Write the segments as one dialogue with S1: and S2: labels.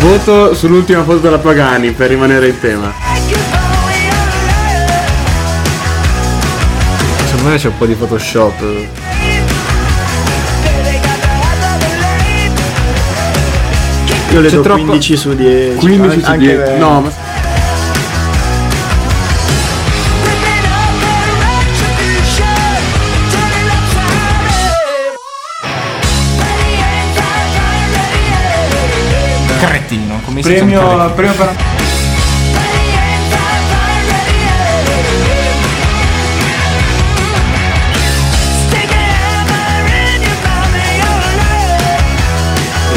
S1: Voto sull'ultima foto della Pagani per rimanere in tema.
S2: Secondo me c'è un po' di Photoshop.
S3: Io le
S2: C'è
S3: do
S2: troppo-
S3: 15 su 10.
S1: 15 su
S3: anche
S1: 10.
S3: lei.
S1: No, ma
S4: Cretino, come si
S5: Premio, premio per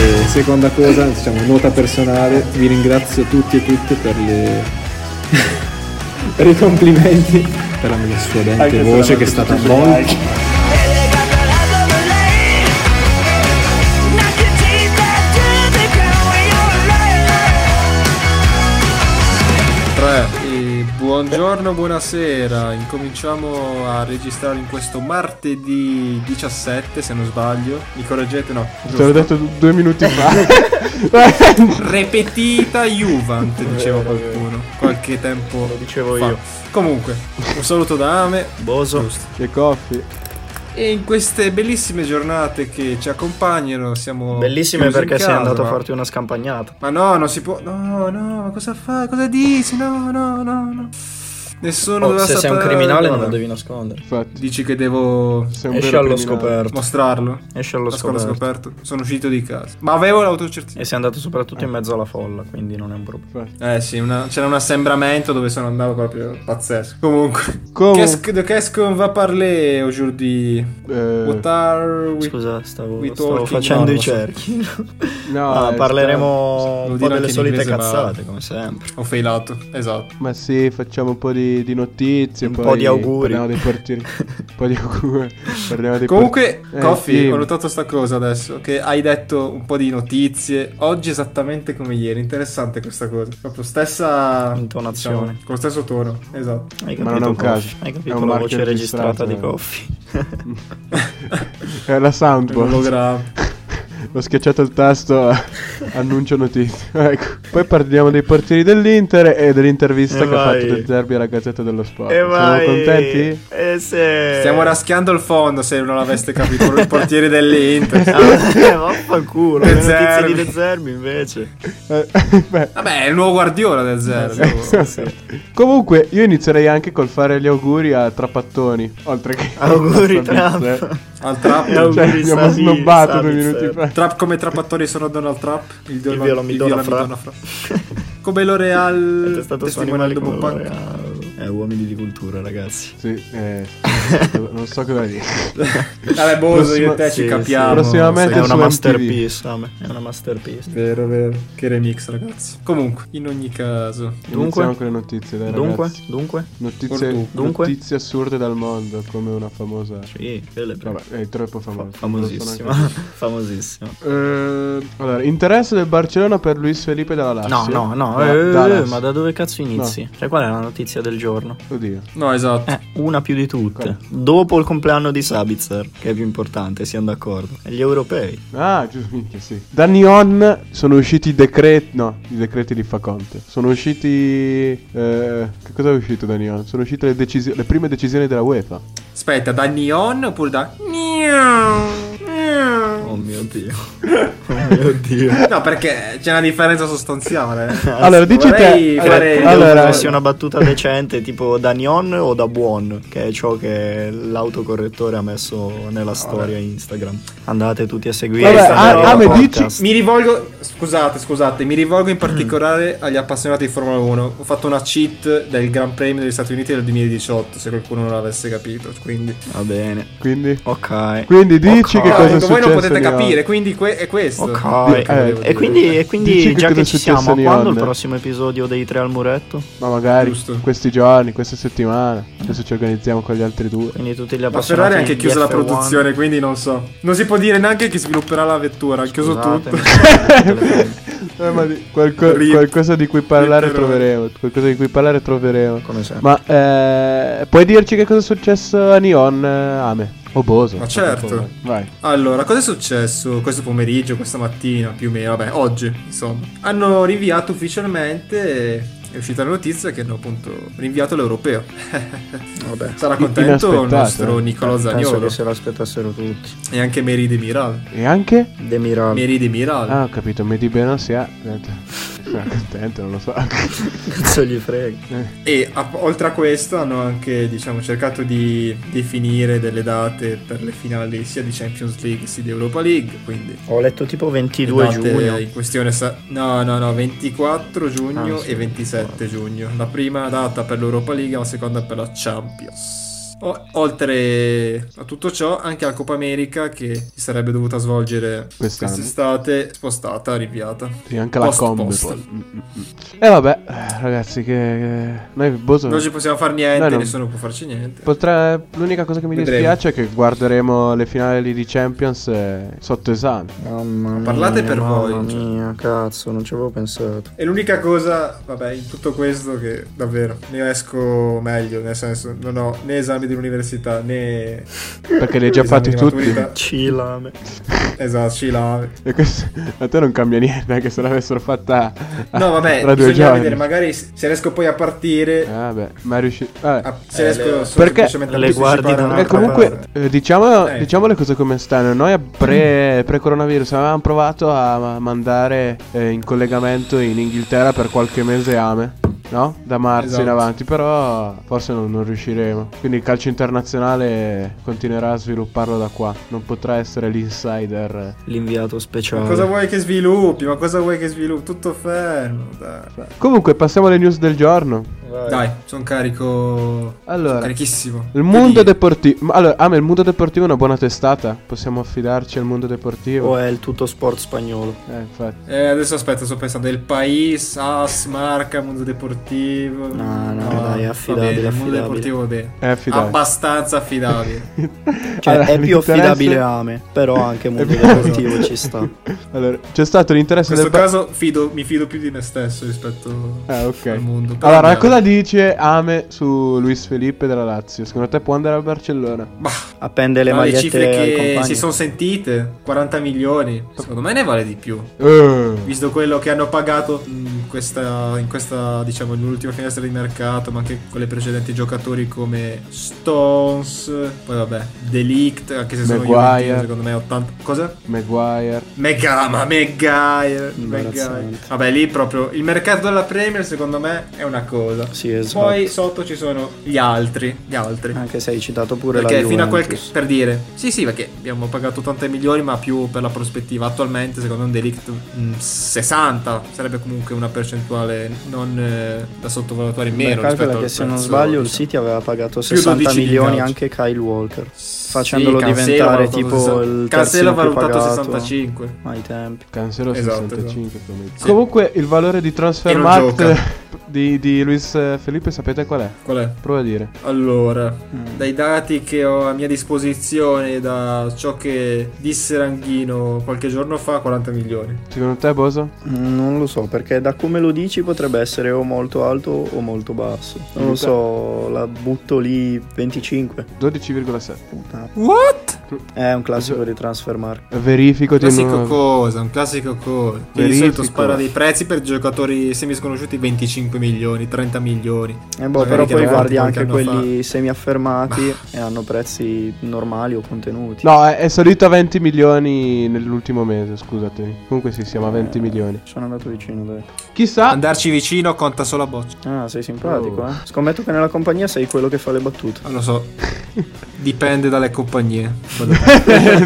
S1: Eh,
S2: E seconda cosa, diciamo, nota personale, vi ringrazio tutti e tutte per le. per i complimenti, per la mia sfodente
S3: Anche se
S2: voce
S3: l'avete
S2: che è stata
S3: tutti
S2: molto.
S3: sui like.
S6: E buongiorno, buonasera. Incominciamo a registrare in questo martedì 17, se non sbaglio. Mi correggete? No.
S1: te l'ho
S6: giusto.
S1: detto du- due minuti fa.
S6: Repetita Juvent, diceva qualcuno. Qualche tempo Lo
S3: dicevo
S6: fa.
S3: io.
S6: Comunque, un saluto da Ame.
S3: Boso.
S1: Che coffi.
S6: E in queste bellissime giornate che ci accompagnano siamo...
S3: Bellissime
S6: chiusi in
S3: perché sei
S6: casa,
S3: andato a
S6: ma-
S3: farti una scampagnata.
S6: Ma no, non si può... No, no, ma cosa fai? Cosa dici? No, no, no, no. Nessuno
S3: Oh,
S6: doveva
S3: se sei
S6: sapere...
S3: un criminale non lo
S6: Vabbè.
S3: devi nascondere.
S1: Infatti,
S6: Dici che devo
S1: sei un
S3: Esci
S1: vero
S3: allo
S1: criminale.
S3: scoperto.
S6: mostrarlo.
S3: Esci allo
S6: La scuola
S3: scoperto.
S6: scoperto. Sono uscito di casa. Ma avevo
S3: E
S6: l'autocertificato.
S3: sei andato soprattutto in mezzo alla folla, quindi non è un problema.
S6: Eh sì, una- c'era un assembramento dove sono andato proprio pazzesco. Comunque.
S1: Comunque.
S6: Qu'est-ce que- De qu'est-ce qu'on va parler aujourd'hui?
S1: Eh,
S6: What are we...
S3: Scusa, stavo,
S6: we
S3: stavo
S6: talking-
S3: facendo
S6: no,
S3: i
S6: lo so.
S3: cerchi.
S1: no,
S3: Ah,
S1: eh,
S3: parleremo
S6: devo
S3: un po'
S6: dire anche
S3: delle
S6: in
S3: solite
S6: inglese, ma-
S3: cazzate, come sempre.
S6: Ho failato, esatto.
S1: Ma sì, facciamo un po' di, di notizie.
S3: Un
S1: poi
S3: po' di auguri.
S1: Parliamo dei portieri. un po' di auguri. Parliamo dei
S6: Comunque,
S1: portieri. Eh,
S6: Coffi,
S1: sì.
S6: ho notato sta cosa adesso, che hai detto un po' di notizie, oggi esattamente come ieri, interessante questa cosa, proprio stessa...
S3: Intonazione.
S6: diciamo, con lo stesso tono, esatto.
S3: Hai capito,
S1: Ma non è un
S3: Coffi?
S1: caso.
S3: Hai
S1: È
S3: capito
S1: un
S3: la
S1: marchio
S3: voce registrata di
S1: registrato,
S3: Coffi?
S1: Eh, la
S6: È
S1: soundboard.
S6: un ologramma.
S3: Eh.
S1: Ho schiacciato il tasto annuncio notizie. Ecco. Poi parliamo dei portieri dell'Inter e dell'intervista
S3: E
S1: che ha
S3: vai.
S1: fatto del derby alla Gazzetta dello Sport.
S3: E
S1: Siamo
S3: vai! Eh
S1: contenti?
S3: E se...
S6: Stiamo raschiando il fondo se non l'aveste capito, il portiere dell'Inter.
S3: Ah, vaffanculo, le
S6: De
S3: notizie
S6: Zerbi.
S3: di De Zerbi invece.
S1: Eh, beh.
S6: Vabbè, è il nuovo guardiola del
S3: Eh,
S6: Zero.
S1: Comunque, io inizierei anche col fare gli auguri a Trapattoni. Oltre che
S3: Auguri,
S1: Fabrizio, eh.
S3: Trump.
S6: Al trap.
S3: Auguri,
S1: Cioè, abbiamo
S3: Savi-
S1: snobbato due
S3: Savitzer.
S1: minuti fa.
S6: Trap come trappatori sono Donald Trump. Il,
S3: Il viola mi dona fra.
S6: Come L'Oreal.
S3: È stato su
S6: testimonial
S3: animale come
S6: Bob Punk.
S3: L'Oreal. Eh, uomini di cultura, ragazzi.
S1: Sì, eh, non so cosa dire.
S6: Vabbè, Boso, io e te
S3: Sì,
S6: ci
S3: sì.
S6: capiamo.
S1: Prossimamente-
S3: È
S6: Sai-
S1: su
S3: una
S1: MTV.
S3: masterpiece, Same, è una masterpiece.
S6: Vero, vero. Che remix, ragazzi. Comunque, in ogni caso.
S3: Dunque?
S1: Iniziamo con le notizie, dai,
S3: Dunque,
S1: ragazzi.
S3: dunque,
S1: Notizie,
S3: Dunque?
S1: notizie assurde dal mondo, come una famosa...
S3: sì, quelle pre-
S1: Vabbè, è troppo famosa.
S3: famosissima, famosissima.
S1: Eh, allora, interesse del Barcellona per Luis Felipe dalla
S3: No,
S1: Lazio.
S3: no, no,
S1: Da-
S3: eh,
S1: Dallas.
S3: ma da dove cazzo inizi? Cioè, qual è la notizia del giorno?
S1: Oddio.
S6: No, esatto.
S3: Eh, una più di tutte. Dopo il compleanno di Sabitzer, che è più importante, siamo d'accordo. E gli europei.
S1: Ah, giusto, minchia, sì. Da Nyon sono usciti i decreti... No, i decreti li fa Conte. Sono usciti... eh, che cosa è uscito da Nyon? Sono uscite le, decisi- le prime decisioni della UEFA.
S6: Aspetta, da Neon oppure da.
S3: Oh mio dio. oh mio dio.
S6: No, perché c'è una differenza sostanziale. eh.
S1: Allora, dici
S6: vorrei
S1: te...
S6: fare-
S1: Allora,
S3: Allora,
S1: allora,
S3: allora sia una battuta decente tipo da Nion o da Buon, che è ciò che l'autocorrettore ha messo nella storia Instagram. Andate tutti a seguire.
S1: Vabbè,
S3: Instagram
S1: ah, ah, mi
S3: podcast.
S1: dici-
S6: Mi rivolgo, scusate, scusate, mi rivolgo in
S1: Mm.
S6: particolare agli appassionati di Formula 1. Ho fatto una cheat del Gran Premio degli Stati Uniti del 2018, se qualcuno non l'avesse capito. Quindi,
S3: Va bene.
S1: Quindi...
S3: Ok.
S1: Quindi dici
S3: Ok.
S1: che cosa è
S6: Appunto,
S1: successo
S6: ecco, voi non potete
S1: a Nyon.
S6: capire, quindi que- è questo.
S3: Ok.
S1: eh,
S3: Eh,
S6: Che volevo
S3: e
S6: dire.
S3: quindi, e
S1: Dici
S3: quindi
S1: che
S3: già
S1: cosa è
S3: che ci
S1: successo
S3: siamo,
S1: a
S3: quando
S1: Nion?
S3: il prossimo episodio dei tre al muretto?
S1: Ma magari
S6: Giusto.
S1: questi giorni, questa settimana, adesso ci organizziamo con gli altri due.
S3: Quindi tutti gli
S6: Ma
S3: appassionati
S6: Ferrari ha anche
S3: di
S6: chiuso la
S3: F1.
S6: produzione, quindi non so. Non si può dire neanche chi svilupperà la vettura, ha chiuso
S3: Scusatemi.
S6: tutto.
S1: Eh, ma di- qualco-
S6: Rip.
S1: qualcosa di cui parlare
S6: Rip.
S1: troveremo. Qualcosa di cui parlare troveremo.
S3: Come sempre.
S1: Ma eh, puoi dirci che cosa è successo a Neon eh, Ame? O Boso.
S6: Ma certo.
S1: Vai.
S6: Allora, cosa è successo questo pomeriggio, questa mattina, più o meno, vabbè, oggi, insomma. Hanno rinviato ufficialmente è uscita la notizia che hanno appunto rinviato l'europeo.
S3: Vabbè.
S6: Sarà
S1: In-
S6: contento il
S1: inaspettato,
S6: nostro
S1: eh.
S6: Nicolò
S3: Penso
S6: Zaniolo
S3: che se l'aspettassero tutti.
S6: e anche Meri De Miral.
S1: E anche?
S3: De Miral.
S6: Meri De Miral.
S1: Ah, ho capito, mi di bene si ha. Aspetta. Sono contento, non lo so.
S3: Cazzo gli frega.
S6: E a- oltre a questo hanno anche diciamo, cercato di definire delle date per le finali sia di Champions League sia di Europa League. Quindi
S3: Ho letto tipo
S6: le
S3: 22
S6: date
S3: giugno.
S6: Esatto, eh, in questione sa- no, no, no, 24 giugno
S3: Ah, sì,
S6: e 27 giugno. La prima data per l'Europa League, la seconda per la Champions. O- oltre a tutto ciò, anche la Coppa America che si sarebbe dovuta svolgere
S1: Quest'anno.
S6: quest'estate, spostata, rinviata.
S1: Sì, anche la
S6: Post,
S1: combo
S6: post.
S1: poi. Mm, mm, mm. E vabbè, eh, ragazzi, che... che- Noi Boso...
S6: Non ci possiamo fare niente,
S1: Noi non-
S6: nessuno può farci niente.
S1: potrà- L'unica cosa che mi
S6: Vedremo.
S1: dispiace è che guarderemo le finali di Champions eh, sotto esame.
S3: Mamma mia.
S6: Parlate per
S3: mamma
S6: voi, cioè.
S3: mia, cazzo, non ci avevo pensato.
S6: E l'unica cosa, vabbè, in tutto questo che davvero ne esco meglio, nel senso non ho né esami dell'università né...
S1: Perché li hai già
S6: esami
S1: fatti
S6: di
S1: tutti.
S6: maturità.
S3: Cilame.
S6: Esatto, ci lave.
S1: E questo a te non cambia niente, anche se l'avessero fatta a-
S6: No, vabbè,
S1: tra due
S6: bisogna
S1: giorni.
S6: vedere, magari se se riesco poi a partire...
S1: Eh, vabbè, ma è riuscito... vabbè.
S6: a- se
S3: Eh,
S6: riesco
S3: le-
S6: solo
S1: Perché
S6: semplicemente
S3: le
S6: a
S3: guardi
S6: partecipare
S3: da
S1: E
S6: all'altra
S3: un'altra
S1: comunque,
S6: parte.
S1: eh, diciamo,
S6: ah, Eh.
S1: diciamo le cose come stanno. Noi a pre, pre-coronavirus avevamo provato a ma- mandare eh, in collegamento in Inghilterra per qualche mese Ame. No? Da marzo in
S6: Esatto.
S1: avanti, però forse non, non riusciremo. Quindi il calcio internazionale continuerà a svilupparlo da qua. Non potrà essere l'insider.
S3: L'inviato speciale.
S6: Ma cosa vuoi che sviluppi? Ma cosa vuoi che sviluppi? Tutto fermo, dai.
S1: Comunque, passiamo alle news del giorno.
S3: Vai.
S6: Dai, sono carico...
S1: Allora,
S6: Carichissimo.
S1: il mondo
S6: Quindi,
S1: deportivo. Allora, Ame, il mondo deportivo è una buona testata. Possiamo affidarci al mondo
S6: Oh,
S1: deportivo.
S3: O è il tutto sport spagnolo?
S1: Eh, infatti.
S6: eh, adesso aspetta, sto pensando del Pais, AS, Marca, Mondo Deportivo.
S3: No, no, dai, è affidabile,
S6: va bene, Mondo
S3: affidabile.
S6: Deportivo bene.
S1: È Eh, affidabile.
S6: Abbastanza affidabile.
S3: Cioè,
S1: Allora,
S3: è più
S1: l'interesse-
S3: affidabile Ame, però anche molto
S1: più-
S3: deportivo ci sta.
S1: Allora, c'è stato
S6: In
S1: l'interesse
S6: questo
S1: del.
S6: caso fido- mi fido più di me stesso rispetto
S1: Ah, ok.
S6: al mondo. Però
S1: Allora,
S6: andiamo.
S1: cosa dice Ame su Luis Felipe della Lazio? Secondo te può andare al Barcellona?
S3: Appende le
S6: Tra le
S3: magliette
S6: cifre
S3: al
S6: che
S3: compagno.
S6: si sono sentite, 40 milioni, secondo me ne vale di più. Visto quello che hanno pagato in questa, in questa diciamo, nell'ultima finestra di mercato, ma anche con le precedenti giocatori come Stones, poi vabbè, Delict, anche se sono
S1: Maguire.
S6: Juventino, secondo me 80... Cosa?
S1: Maguire.
S6: Megama, Megaire,
S3: Imbarazzante.
S6: Megaire. Vabbè, lì proprio il mercato della Premier secondo me è una cosa.
S3: Sì, esatto.
S6: Poi sotto ci sono gli altri, gli altri.
S3: Anche se hai citato pure
S6: Perché
S3: la
S6: fino a quel
S3: Juventus.
S6: per dire, sì, sì, perché abbiamo pagato 80 milioni, ma più per la prospettiva. Attualmente, secondo un Delict mh, 60 sarebbe comunque una percentuale non eh, da sottovalutare in meno.
S3: Beh,
S6: Rispetto
S3: calcola
S6: al
S3: che se non
S6: prezzo,
S3: sbaglio il
S6: diciamo.
S3: City aveva pagato
S6: Più
S3: 60
S6: 12 di
S3: milioni
S6: calcio.
S3: anche Kyle Walker,
S6: Sì,
S3: facendolo
S6: Cancelo
S3: diventare
S6: valutato
S3: tipo
S6: 60
S3: il
S6: Cancelo
S3: terzino più
S6: valutato
S3: pagato.
S6: 65.
S3: ai tempi.
S1: Cancelo
S6: Esatto,
S1: 65. come-
S6: Sì.
S1: Comunque, il valore di
S6: E non gioca.
S1: Transfermarkt di, di Luis Felipe sapete qual è?
S6: Qual è?
S1: Prova a dire.
S6: Allora,
S3: Mm.
S6: dai dati che ho a mia disposizione, da ciò che disse Ranghino qualche giorno fa, 40 milioni.
S1: Secondo te, Boso?
S3: Mm, Non lo so, perché da come lo dici potrebbe essere o molto alto o molto basso. Non lo so, la butto lì 25.
S1: 12,7.
S3: Puttana.
S6: What?
S3: È un classico di Transfermarkt.
S1: Verifico di
S6: Classico
S1: nuovo.
S6: cosa, un classico cosa. Che di
S1: Verifico.
S6: solito spara dei prezzi per giocatori semi sconosciuti 25 milioni, 30 milioni.
S3: Eh boh,
S6: Magari
S3: però
S6: che
S3: poi
S6: avanti
S3: guardi
S6: qualche
S3: anche
S6: anno
S3: quelli semiaffermati e hanno prezzi normali o contenuti.
S1: No, è, è salito a 20 milioni nell'ultimo mese, scusatemi. Comunque sì, siamo a 20
S3: Eh,
S1: milioni.
S3: Sono andato vicino, dai.
S1: Chissà.
S6: Andarci vicino conta solo a boccia.
S3: Ah, sei simpatico,
S1: Oh.
S3: eh. Scommetto che nella compagnia sei quello che fa le battute.
S6: Non lo so. Dipende dalle compagnie.
S1: Eh.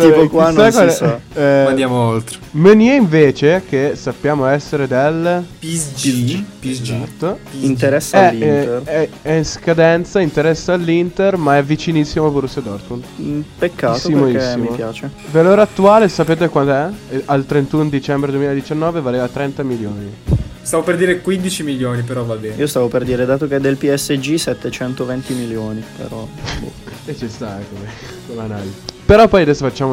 S3: Tipo qua
S1: chissà qual
S3: non si
S1: è-
S3: sa.
S1: eh,
S6: Ma Andiamo oltre.
S1: Meunier invece, che sappiamo essere del...
S6: PSG. PSG.
S1: Esatto.
S3: Interessa
S6: Eh,
S1: È,
S3: all'Inter.
S1: è- è- è in scadenza, interessa all'Inter, ma è vicinissimo al Borussia Dortmund.
S3: Mm, Peccato
S1: Issimo,
S3: perché
S1: issimo.
S3: mi piace.
S1: Valore attuale, sapete quant'è? Eh, Al 31 dicembre 2019 valeva 30 milioni.
S6: Stavo per dire 15 milioni, però va bene.
S3: Io stavo per dire, dato che è del PSG 720 milioni, però...
S1: E ci sta, eh, come, come analisi. Però poi adesso facciamo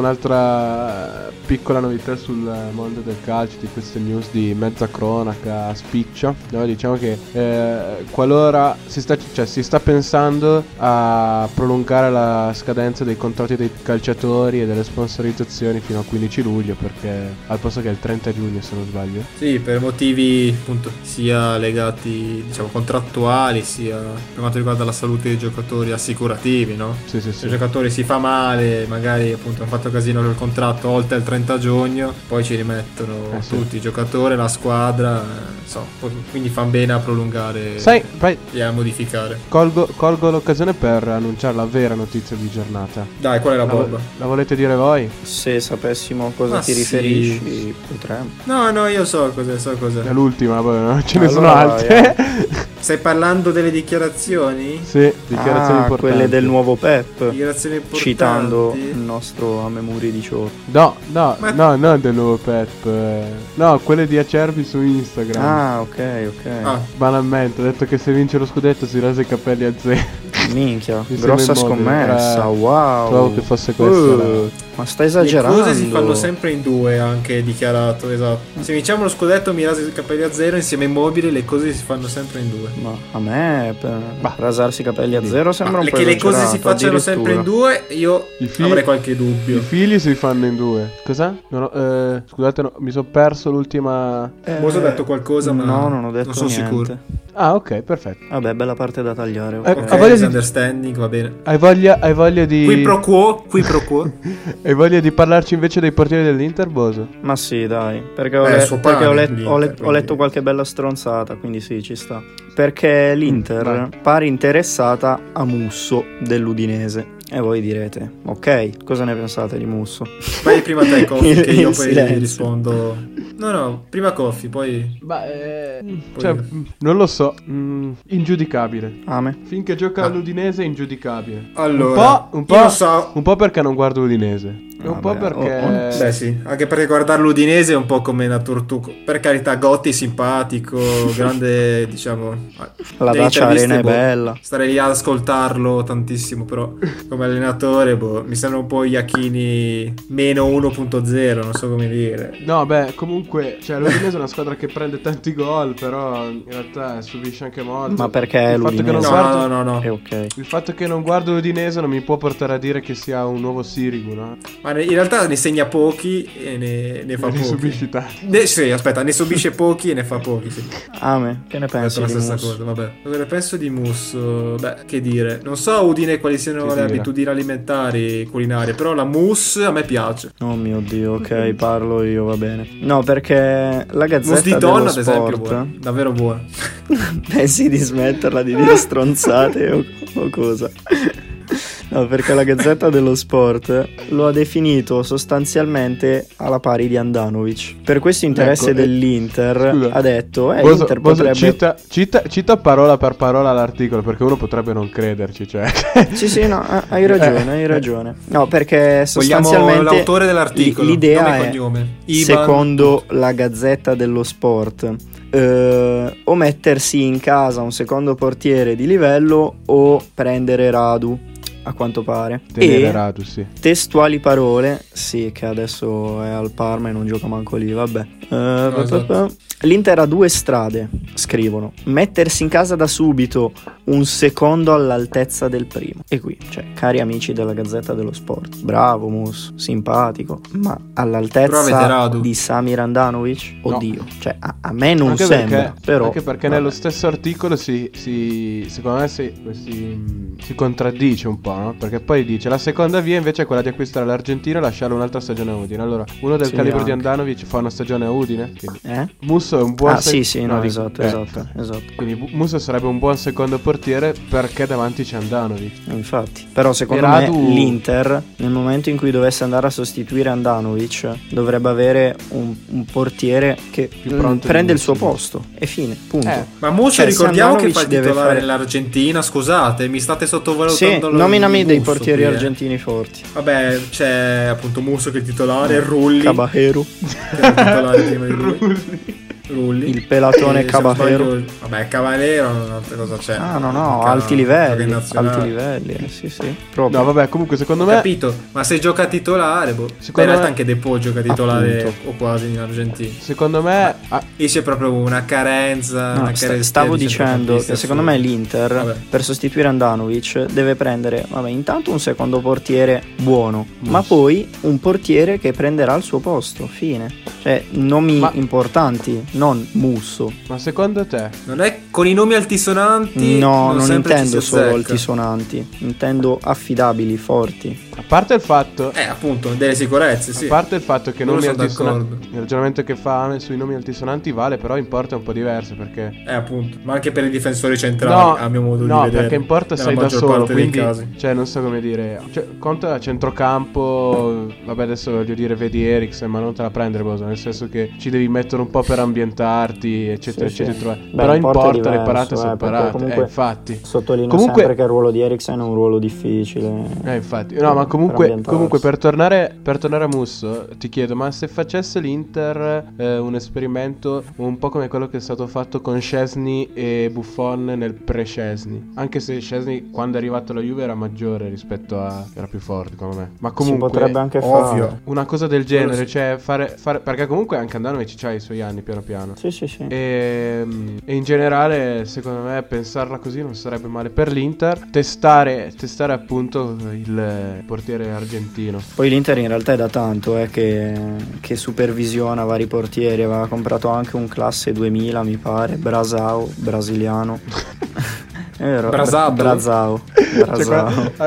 S1: un'altra piccola novità sul mondo del calcio, di queste news di mezza cronaca, spiccia. No, diciamo che eh, qualora si sta, cioè, si sta pensando a prolungare la scadenza dei contratti dei calciatori e delle sponsorizzazioni fino al 15 luglio, perché al posto che è il 30 giugno se non sbaglio.
S6: Sì, per motivi appunto sia legati diciamo contrattuali, sia per quanto riguarda la salute dei giocatori assicurativi, no?
S1: Sì, sì, sì.
S6: Se il giocatore si fa male, magari appunto hanno fatto casino col contratto oltre il 30 giugno, poi ci rimettono
S1: Eh, sì.
S6: tutti, il giocatore, la squadra, eh, insomma, poi- quindi fan bene a prolungare
S1: Sai, poi
S6: e a modificare.
S1: colgo, colgo l'occasione per annunciare la vera notizia di giornata.
S6: Dai, qual è la
S1: La, vo-
S6: bomba?
S1: la volete dire voi?
S3: Se sapessimo a cosa
S6: Ma
S3: ti
S6: sì.
S3: riferisci, potremmo.
S6: No, no, io so cos'è, so
S1: È
S6: cos'è.
S1: l'ultima, poi no? ce ne
S3: Allora
S1: sono
S3: vai,
S1: altre.
S6: Stai parlando delle dichiarazioni?
S1: sì, dichiarazioni
S3: Ah,
S1: importanti.
S3: quelle del nuovo Pep.
S6: Dichiarazioni importanti.
S3: Citando il nostro Amemuri 18.
S1: No, no,
S6: Ma-
S1: no, non del nuovo Pep. eh. No, quelle di Acerbi su Instagram.
S3: Ah, ok, ok.
S6: Ah,
S1: Eh. Banalmente, ha detto che se vince lo scudetto si rasa i capelli a zero.
S3: Minchia,
S1: Mi
S3: grossa
S1: sembra immobile,
S3: scommessa.
S1: eh,
S3: Wow. Uh,
S1: trovo che fosse questa la-
S3: ma stai
S6: le
S3: esagerando.
S6: cose si fanno sempre in due, anche dichiarato, esatto. Se vinciamo lo scudetto mi raso i capelli a zero, insieme ai mobili le cose si fanno sempre in due.
S3: Ma a me per rasarsi i capelli a zero sembra
S6: Ma
S3: un po'
S6: che Ah, le cose si
S3: esagerato,
S6: facciano sempre in
S3: addirittura.
S6: due, io
S1: I figli-
S6: avrei qualche
S1: I
S6: dubbio.
S1: figli si fanno in due. Cos'è? Non ho- eh, scusate, no, mi sono perso l'ultima.
S3: Eh,
S6: Boso ha detto qualcosa, ma
S3: No, non ho detto
S6: non sono
S3: niente.
S6: sicuro.
S1: Ah, ok, perfetto.
S3: Vabbè, bella parte da tagliare. ok.
S1: Eh,
S6: Ok,
S1: ha voglia di-
S6: misunderstanding, va bene.
S1: Hai voglia, hai voglia di.
S6: Qui pro quo, qui pro quo.
S1: hai voglia di parlarci invece dei portieri dell'Inter, Boso?
S3: Ma sì, dai, perché ho,
S6: Beh,
S3: le-
S6: il Eh, suo pane,
S3: perché ho let- ho le-
S6: l'Inter,
S3: ho letto
S6: quindi.
S3: qualche bella stronzata, quindi sì, ci sta. Perché l'Inter pare interessata a Musso dell'Udinese. E voi direte, ok, cosa ne pensate di Musso?
S6: Vai prima te, Coffi,
S3: Il-
S6: che io
S3: il
S6: poi
S3: silenzio.
S6: rispondo. No, no, prima Coffi, poi...
S1: Ma Cioè,
S6: Poi-
S1: mh, non lo so. mm, ingiudicabile.
S3: Ame.
S1: Finché gioca
S6: Ah.
S1: all'Udinese è ingiudicabile.
S6: Allora,
S1: un po', un po',
S6: io lo so...
S1: un po' perché non guardo l'Udinese. E
S6: Ah,
S1: un po'
S3: Vabbè,
S1: perché.
S6: Oh, Beh sì, anche perché guardare l'Udinese è un po' come una tortuga. Per carità, Gotti simpatico, grande, diciamo...
S3: La
S6: delle
S3: Dacia Arena
S6: interviste,
S3: è
S6: boh,
S3: bella.
S6: Stare lì ad ascoltarlo tantissimo, però come allenatore, boh, mi sembra un po' Iachini meno 1.0, non so come dire.
S1: No, beh, comunque, cioè, l'Udinese è una squadra che prende tanti gol, però in realtà subisce anche molto.
S3: Ma perché è
S1: il fatto che
S3: l'Udinese?
S1: non
S6: No,
S1: guardo,
S6: no, no, no.
S3: Eh, ok.
S1: Il fatto che non guardo l'Udinese non mi può portare a dire che sia un nuovo Sirigu, no?
S6: Ma ne- in realtà ne segna pochi e ne, ne fa
S1: Ne
S6: pochi.
S1: subisci tanti.
S6: Ne- sì, aspetta, ne subisce pochi e ne fa pochi. Sì.
S3: Ame, che ne
S6: Ho detto
S3: pensi
S6: la
S3: di
S6: stessa
S3: Musso?
S6: cosa, vabbè. Cosa ne penso di mousse? Beh, che dire. Non so a Udine quali siano
S1: Che
S6: le
S1: dire.
S6: abitudini alimentari culinarie, però la mousse a me piace.
S3: Oh mio dio, ok, parlo io, va bene. No, perché la
S6: Mousse
S3: gazzetta
S6: di
S3: dello
S6: donna, ad
S3: sport...
S6: esempio, buona. Davvero buona.
S3: Pensi di smetterla di dire stronzate o, o cosa? No, perché la Gazzetta dello Sport lo ha definito sostanzialmente alla pari di Andanovic. Per questo interesse
S1: Ecco, eh,
S3: dell'Inter
S1: scusa.
S3: ha detto, eh,
S1: Boso-
S3: l'Inter
S1: Boso,
S3: potrebbe...
S1: cita, cita- cita parola per parola l'articolo, perché uno potrebbe non crederci, cioè...
S3: Sì, sì, no, ha- hai
S1: Eh.
S3: ragione, hai ragione. No, perché
S6: Vogliamo
S3: sostanzialmente...
S6: l'autore dell'articolo.
S3: l- l'idea
S6: nome e
S3: è-
S6: cognome. Ivan.
S3: secondo la Gazzetta dello Sport. eh, o mettersi in casa un secondo portiere di livello o prendere Radu, a quanto pare.
S1: Tenere
S3: E-
S1: Radu, sì.
S3: Testuali parole, sì, che adesso è al Parma e non gioca manco lì, vabbè. Eh, pa- pa- pa.
S1: Esatto.
S3: L'Inter ha due strade, scrivono. Mettersi in casa da subito, un secondo all'altezza del primo. E qui, cioè, cari amici della Gazzetta dello Sport, bravo Mus, simpatico, ma
S6: Però avete
S3: all'altezza
S6: Radu.
S3: di Samir Andanovic?
S1: No.
S3: Oddio, cioè, a, a me non
S1: anche
S3: sembra,
S1: perché,
S3: però...
S1: anche perché
S3: vabbè.
S1: nello stesso articolo si, si- secondo me si, si- si contraddice un po', no? Perché poi dice la seconda via invece è quella di acquistare l'Argentino e lasciare un'altra stagione a Udine. Allora, uno del
S3: Sì,
S1: calibro di
S3: anche.
S1: Andanovic fa una stagione a Udine. Quindi
S3: Eh?
S1: Musso è un buon
S3: Ah,
S1: se-
S3: sì, sì, no,
S1: dico-
S3: esatto,
S1: eh,
S3: esatto, esatto.
S1: Quindi Bu- Musso sarebbe un buon secondo portiere perché davanti c'è Andanovic.
S3: Eh, Infatti, però secondo
S1: E Radu-
S3: me l'Inter nel momento in cui dovesse andare a sostituire Andanovic dovrebbe avere un, un portiere che
S1: Più
S3: mm,
S1: pronto di
S3: prende il
S1: Musso.
S3: suo posto e fine, punto.
S1: Eh,
S6: Ma Musso
S3: Cioè,
S6: ricordiamo che fa il
S3: Sandanovic deve
S6: titolare
S3: fare-
S6: nell'Argentina, scusate, mi state
S3: Sì,
S6: sottovalutando. lo-
S3: nominami dei
S6: Musso
S3: portieri
S6: qui, eh.
S3: argentini forti.
S6: Vabbè, c'è appunto Musso che è il titolare, Rulli
S3: Caballero.
S6: che era il titolare prima di lui. Rulli.
S3: Il pelatone
S6: E, se non
S3: Cavallero.
S6: sbaglio- Vabbè, Cavallero non altro cosa c'è.
S3: Ah, no, no,
S6: Manca-
S3: alti livelli.
S6: giochi nazionali.
S3: Alti livelli, eh, sì, sì. Proprio.
S1: No, vabbè, comunque secondo me
S6: Capito, ma se gioca titolare, boh. Beh,
S1: Secondo
S6: in realtà
S1: me-
S6: anche De Po gioca titolare
S1: Appunto.
S6: o quasi in Argentina.
S1: secondo me ah,
S6: Lì c'è proprio una carenza.
S3: No,
S6: Ah, una
S3: sta-
S6: carestia
S3: stavo
S6: di
S3: dicendo
S6: centrocampisti
S3: che secondo me
S6: assoluta.
S3: l'Inter
S6: Vabbè.
S3: per sostituire Andanovic deve prendere vabbè, intanto un secondo portiere buono,
S1: Mm.
S3: ma poi un portiere che prenderà il suo posto, fine. Cioè nomi
S1: Ma-
S3: importanti, non Musso.
S1: ma secondo te
S6: Non è con i nomi altisonanti.
S3: No, non
S6: sempre ci
S3: intendo
S6: si
S3: solo
S6: azzecca.
S3: altisonanti, intendo affidabili, forti.
S1: a parte il fatto
S6: Eh, appunto, delle sicurezze, sì.
S1: A parte il fatto che
S6: Quello
S1: nomi
S6: sono
S1: altisonanti,
S6: d'accordo.
S1: il ragionamento che fa Ame sui nomi altisonanti vale, però in porta è un po' diverso perché
S6: Eh, appunto. Ma anche per i difensori centrali,
S1: no,
S6: a mio modo
S1: no,
S6: di vedere.
S1: perché in porta
S6: nella
S1: sei da
S6: maggior
S1: solo,
S6: parte dei
S1: quindi
S6: casi.
S1: cioè non so come dire, cioè, conta a centrocampo, vabbè adesso voglio dire vedi Eriksen, ma non te la prendere Bosa, nel senso che ci devi mettere un po' per ambientarti, eccetera,
S3: Sì, sì.
S1: eccetera.
S3: Beh,
S1: Però
S3: in
S1: in
S3: porta è
S1: porta le
S3: diverso,
S1: parate
S3: eh,
S1: sono
S3: perché
S1: parate,
S3: comunque-
S1: eh, infatti.
S3: Sottolineo
S1: Comunque-
S3: sempre che il ruolo di Eriksen è un ruolo difficile.
S1: Eh, infatti, no, ma
S3: Per
S1: comunque,
S3: ambientarsi.
S1: comunque per, tornare, per tornare a Musso, ti chiedo, ma se facesse l'Inter eh, un esperimento un po' come quello che è stato fatto con Scesni e Buffon nel pre-Scesni, anche se Scesni quando è arrivato alla Juve era maggiore rispetto a... era più forte secondo me, ma comunque...
S3: si potrebbe anche
S6: ovvio.
S3: fare.
S1: Una cosa del genere,
S6: Quello
S1: cioè fare, fare- Perché comunque anche Andanovic ha i suoi anni piano piano.
S3: Sì, sì, sì.
S1: E, e in generale, secondo me, pensarla così non sarebbe male per l'Inter. Testare, testare appunto il portiere argentino.
S3: Poi l'Inter in realtà è da tanto eh, che, che supervisiona vari portieri, aveva comprato anche un classe 2000 mi pare, Brasao, brasiliano. È vero,
S6: Brasato?
S3: Brasao.
S6: Cioè,
S3: Brasao.
S1: Cioè,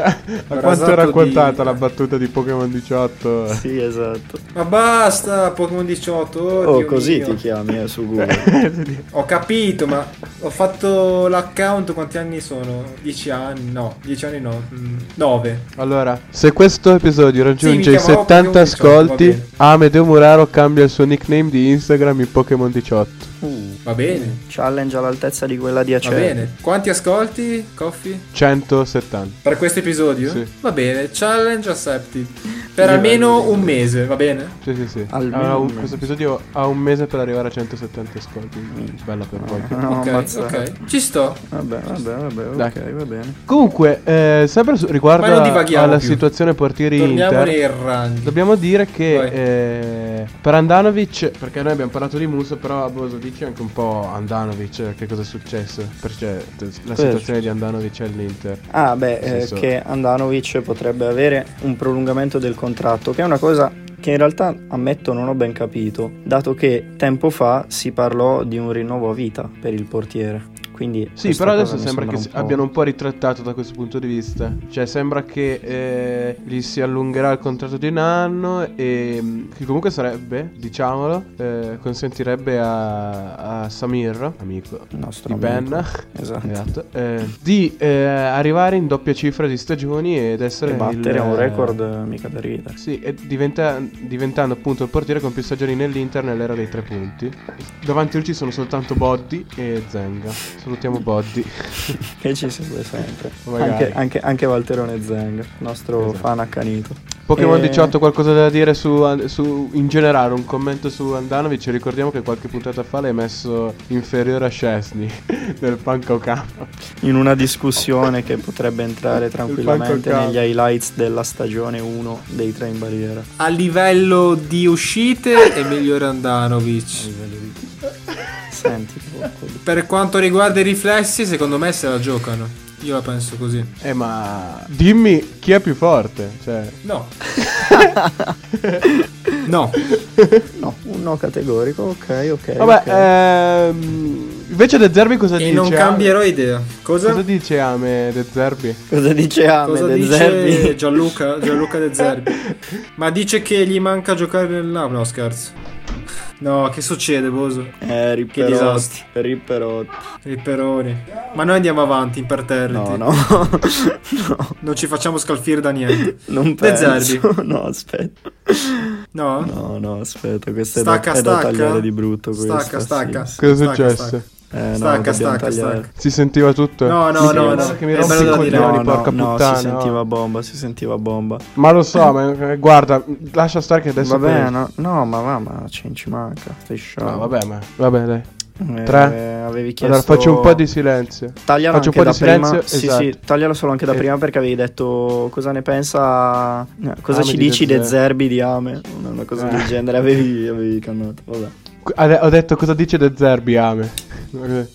S1: a
S6: quanto
S1: quanto
S6: era
S1: era
S6: di- quotata
S1: quotata
S6: la
S1: la battuta di Pokémon 18?
S3: Sì, esatto.
S6: Ma basta, Pokémon 18. Oh,
S3: Oh,
S6: Dio
S3: così
S6: mio.
S3: ti chiami eh, su Google.
S6: Ho capito, ma ho fatto l'account quanti anni sono? 10 anni? No, 10 anni no. mm, 9.
S1: Allora, se questo episodio raggiunge i
S6: mi chiamavo
S1: 70
S6: Pokémon 18, va
S1: ascolti,
S6: bene.
S1: Amedeo Muraro cambia il suo nickname di Instagram in Pokémon 18.
S3: Uh,
S6: Va bene.
S3: challenge all'altezza di quella di
S6: Va
S3: Acerbi.
S6: bene. Quanti ascolti, Coffee?
S1: 170.
S6: Per questo episodio?
S1: Sì.
S6: Va bene. Challenge accepted. Per almeno un mese, va bene?
S1: Sì, sì, sì.
S3: Almeno
S1: Ha un-
S3: un mese.
S1: questo episodio ha un mese per arrivare a 170 ascolti.
S6: Mm.
S1: Bella per voi.
S3: No,
S6: ok,
S3: ammazza.
S6: ok. Ci sto.
S3: Vabbè, vabbè, vabbè,
S1: Dai.
S3: ok, va bene.
S1: Comunque, eh, sempre su-
S6: Ma
S1: riguardo
S6: non
S1: a-
S6: divaghiamo
S1: alla
S6: più.
S1: situazione portieri
S6: Torniamo
S1: Inter,
S6: nei ranghi.
S1: dobbiamo dire che
S6: Vai.
S1: eh, per Andanovic, perché noi abbiamo parlato di Musso, però Boso dici anche un po' Andanovic, eh, che cosa è successo? Perché t- la
S3: Questo.
S1: situazione di Andanovic all'Inter.
S3: Ah, beh,
S1: Nel
S3: eh,
S1: senso-
S3: che Andanovic potrebbe avere un prolungamento del contratto, che è una cosa che in realtà ammetto non ho ben capito, dato che tempo fa si parlò di un rinnovo a vita per il portiere. Quindi
S1: Sì,
S3: questa
S1: però
S3: cosa
S1: adesso
S3: mi
S1: sembra che si-
S3: un po'-
S1: abbiano un po' ritrattato da questo punto di vista. Cioè, sembra che eh, gli si allungherà il contratto di un anno e mm, che comunque sarebbe, diciamolo, eh, consentirebbe a, a Samir, amico
S3: Il nostro
S1: di
S3: amico.
S1: Penna,
S3: Esatto.
S1: Esatto. Eh, di eh, arrivare in doppia cifra di stagioni ed essere
S3: E battere
S1: il-
S3: un record eh, mica da ridere.
S1: Sì, e diventa- diventando appunto il portiere con più stagioni nell'Inter nell'era dei tre punti. Davanti a lui ci sono soltanto Boddi e Zenga. Salutiamo Boddi.
S3: Che ci segue sempre.
S1: Magari.
S3: Anche, anche, anche Valterone Zeng, nostro
S1: Esatto.
S3: fan accanito.
S1: Pokémon
S3: Eh,
S1: 18, qualcosa da dire su, su- in generale? Un commento su Andanovic? Ricordiamo che qualche puntata fa l'hai messo inferiore a Scesni nel pancocampo.
S3: in una discussione che potrebbe entrare
S1: Il
S3: tranquillamente
S1: panco
S3: negli highlights della stagione 1 dei tre in barriera.
S6: A livello di uscite è migliore Andanovic.
S3: Senti, poco di-
S6: Per quanto riguarda i riflessi, secondo me se la giocano. Io la penso così.
S1: Eh, ma dimmi chi è più forte. Cioè,
S6: No. no.
S3: no, un no categorico, ok, ok.
S1: Vabbè,
S3: ok.
S6: eh,
S1: ehm, invece De Zerbi cosa
S6: E
S1: dice?
S6: non
S1: Ame?
S6: cambierò idea. Cosa?
S1: Cosa dice Ame De Zerbi?
S3: Cosa dice Ame
S6: Cosa
S3: De
S6: dice
S3: Zerbi?
S6: Gianluca, Gianluca De Zerbi? Ma dice che gli manca giocare nel no, no, scherzo. No, che succede, Boso?
S3: Eh,
S6: Che
S3: ripperotti,
S6: disastri.
S3: ripperotti.
S6: Ripperoni. Ma noi andiamo avanti, imperterriti.
S3: No, no, no,
S6: Non ci facciamo scalfire da niente. De
S3: non penso.
S6: Zerbi.
S3: No, aspetta.
S6: No?
S3: No, no, aspetta, questo è da-
S6: Stacca,
S3: è da,
S6: stacca.
S3: tagliare di brutto.
S6: Stacca,
S3: questo,
S6: stacca.
S3: sì, sì.
S1: Cosa è
S6: Stacca,
S1: successo?
S6: stacca.
S3: Eh,
S6: Stacca,
S3: dobbiamo
S6: stacca,
S3: tagliare.
S6: stacca.
S1: Si sentiva tutto?
S6: No, no,
S1: Minchia,
S6: no,
S1: guarda
S6: no.
S1: Che mi
S6: È
S1: rompo
S6: bello
S1: i
S6: da dire.
S1: coglioni,
S3: No, no,
S1: porca
S3: no,
S1: puttana.
S3: si sentiva
S1: no.
S3: bomba, si sentiva bomba.
S1: Ma lo so, ma eh, guarda, lascia stare che adesso...
S3: Vabbè,
S1: penso.
S3: no, no, ma va, ma ci, ci manca. Stai
S1: No,
S3: sciocco.
S1: vabbè, ma... Vabbè, dai.
S3: Eh,
S1: Tre.
S3: Avevi chiesto...
S1: Allora faccio un po' di silenzio.
S3: Taglialo
S1: faccio un
S3: anche
S1: po'
S3: da
S1: di silenzio,
S3: prima. Sì,
S1: esatto.
S3: sì, taglialo solo anche da
S1: Eh.
S3: prima perché avevi detto cosa ne pensa. no, Cosa
S1: Ame
S3: ci
S1: Eh, di Eh.
S3: dici
S1: De
S3: De Zerbi di Ame? Una, una cosa del genere. Avevi, avevi cannato. Vabbè.
S1: Qu- ade- Ho detto cosa dice De Zerbi, Ame.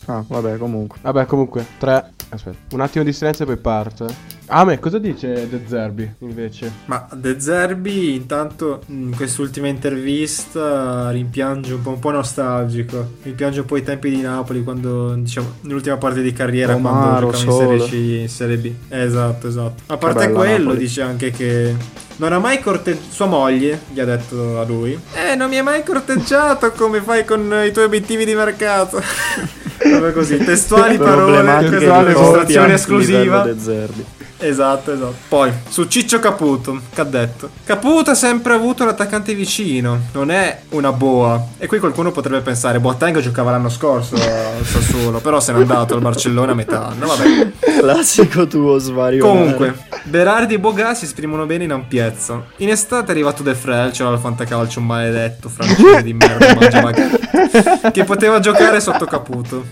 S3: Ah, vabbè, comunque.
S1: Vabbè, comunque, tre... Aspetta, un attimo di silenzio e poi parto. eh. Ame, cosa dice De Zerbi, invece?
S6: Ma De Zerbi intanto in quest'ultima intervista eh, rimpiange un po', un po' nostalgico, rimpiange un po' i tempi di Napoli quando, diciamo, nell'ultima parte di carriera
S3: Omaro,
S6: quando giocava in
S3: Sol.
S6: Serie C, in Serie B. Esatto, esatto. A parte
S3: bella
S6: quello
S3: Napoli.
S6: dice anche che non ha mai corteggiato sua moglie, gli ha detto a lui, eh non mi hai mai corteggiato come fai con i tuoi obiettivi di mercato. Proprio così, testuali parole,
S3: Problematiche
S6: testuali
S3: di coppia,
S6: registrazione
S3: livello
S6: esclusiva.
S3: De Zerbi.
S6: Esatto, esatto. Poi, su Ciccio Caputo, che ha detto? Caputo ha sempre avuto un attaccante vicino, non è una boa. E qui qualcuno potrebbe pensare, Boateng giocava l'anno scorso al Sassuolo, però se n'è andato al Barcellona a metà anno, vabbè.
S3: Classico tuo svario.
S6: Comunque, Berardi e Boga si esprimono bene in ampiezza. In estate è arrivato De Frel, c'era al fantacalcio un maledetto francese di merda, mangia magra- che poteva giocare sotto Caputo.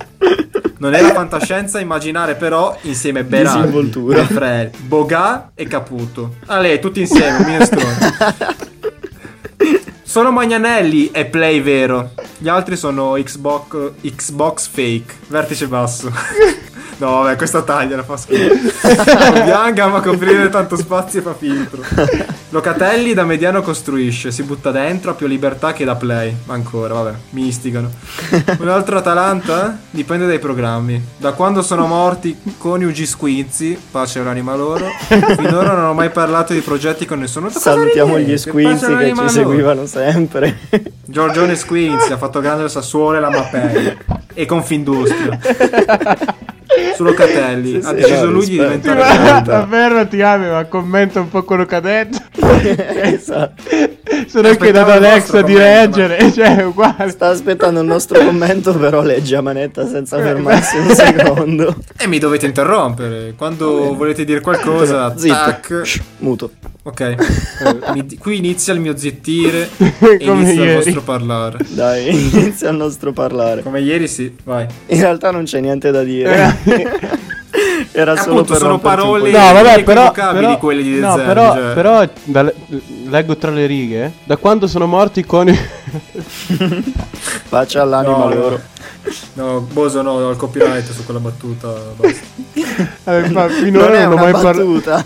S6: Non era fantascienza immaginare però insieme Berardi,
S3: Disinvoltura.
S6: De Frel, Boga e Caputo. Ale, tutti insieme, un minestrone. Solo Magnanelli è play vero. Gli altri sono Xbox, Xbox fake, vertice basso. No, vabbè, questa taglia la fa schifo. Bianca ma coprire tanto spazio e fa filtro. Locatelli da mediano costruisce, si butta dentro, ha più libertà che da play. Ma ancora, vabbè, mi istigano. Un altro Atalanta? Dipende dai programmi. Da quando sono morti coniugi squinzi, pace all'anima loro, finora non ho mai parlato di progetti con nessuno. Cosa
S3: Salutiamo
S6: ridete?
S3: gli
S6: Pace
S3: squinzi che
S6: all'anima
S3: ci
S6: loro.
S3: seguivano sempre.
S6: Giorgione Squinzi ha fatto grande il Sassuolo e la Mapei e Confindustria. Su Locatelli
S3: Sì, sì,
S6: ha deciso
S3: no,
S6: lui di
S3: rispetto.
S6: diventare
S1: Ma
S6: grande.
S1: davvero ti ami, ma commenta un po' quello che ha detto.
S3: esatto.
S1: Se no chiedo ad
S6: Aspettavo il
S1: Alexa
S6: vostro
S1: di
S6: commento,
S1: leggere, cioè è uguale.
S3: Sta aspettando il nostro commento, però legge a manetta
S1: Eh.
S3: senza fermarsi un secondo.
S6: E mi dovete interrompere. Quando volete dire qualcosa,
S3: Zitto.
S6: tac.
S3: Shh, Muto.
S6: Ok, Eh, mi- qui inizia il mio zittire e
S1: Come
S6: inizia
S1: ieri.
S6: il vostro parlare.
S3: Dai, inizia il nostro parlare.
S6: Come ieri sì, vai.
S3: In realtà non c'è niente da
S6: Eh,
S1: Eh.
S3: dire. Era solo
S6: Appunto,
S3: per
S6: sono
S3: romperti un
S6: parole-
S1: No, vabbè, però,
S6: Inequivocabili
S1: però,
S6: quelli di De
S1: no,
S6: Zerbi,
S1: però,
S6: cioè.
S1: però dalle- leggo tra le righe, da quando sono morti i coni...
S3: po'. Faccia all'anima
S6: No, no.
S3: loro.
S6: No, Boso, no, ho il copyright su quella battuta. basta.
S1: Eh, ma
S3: Non
S1: finora
S3: è
S1: non, ho
S3: una
S1: mai parlato...
S3: battuta.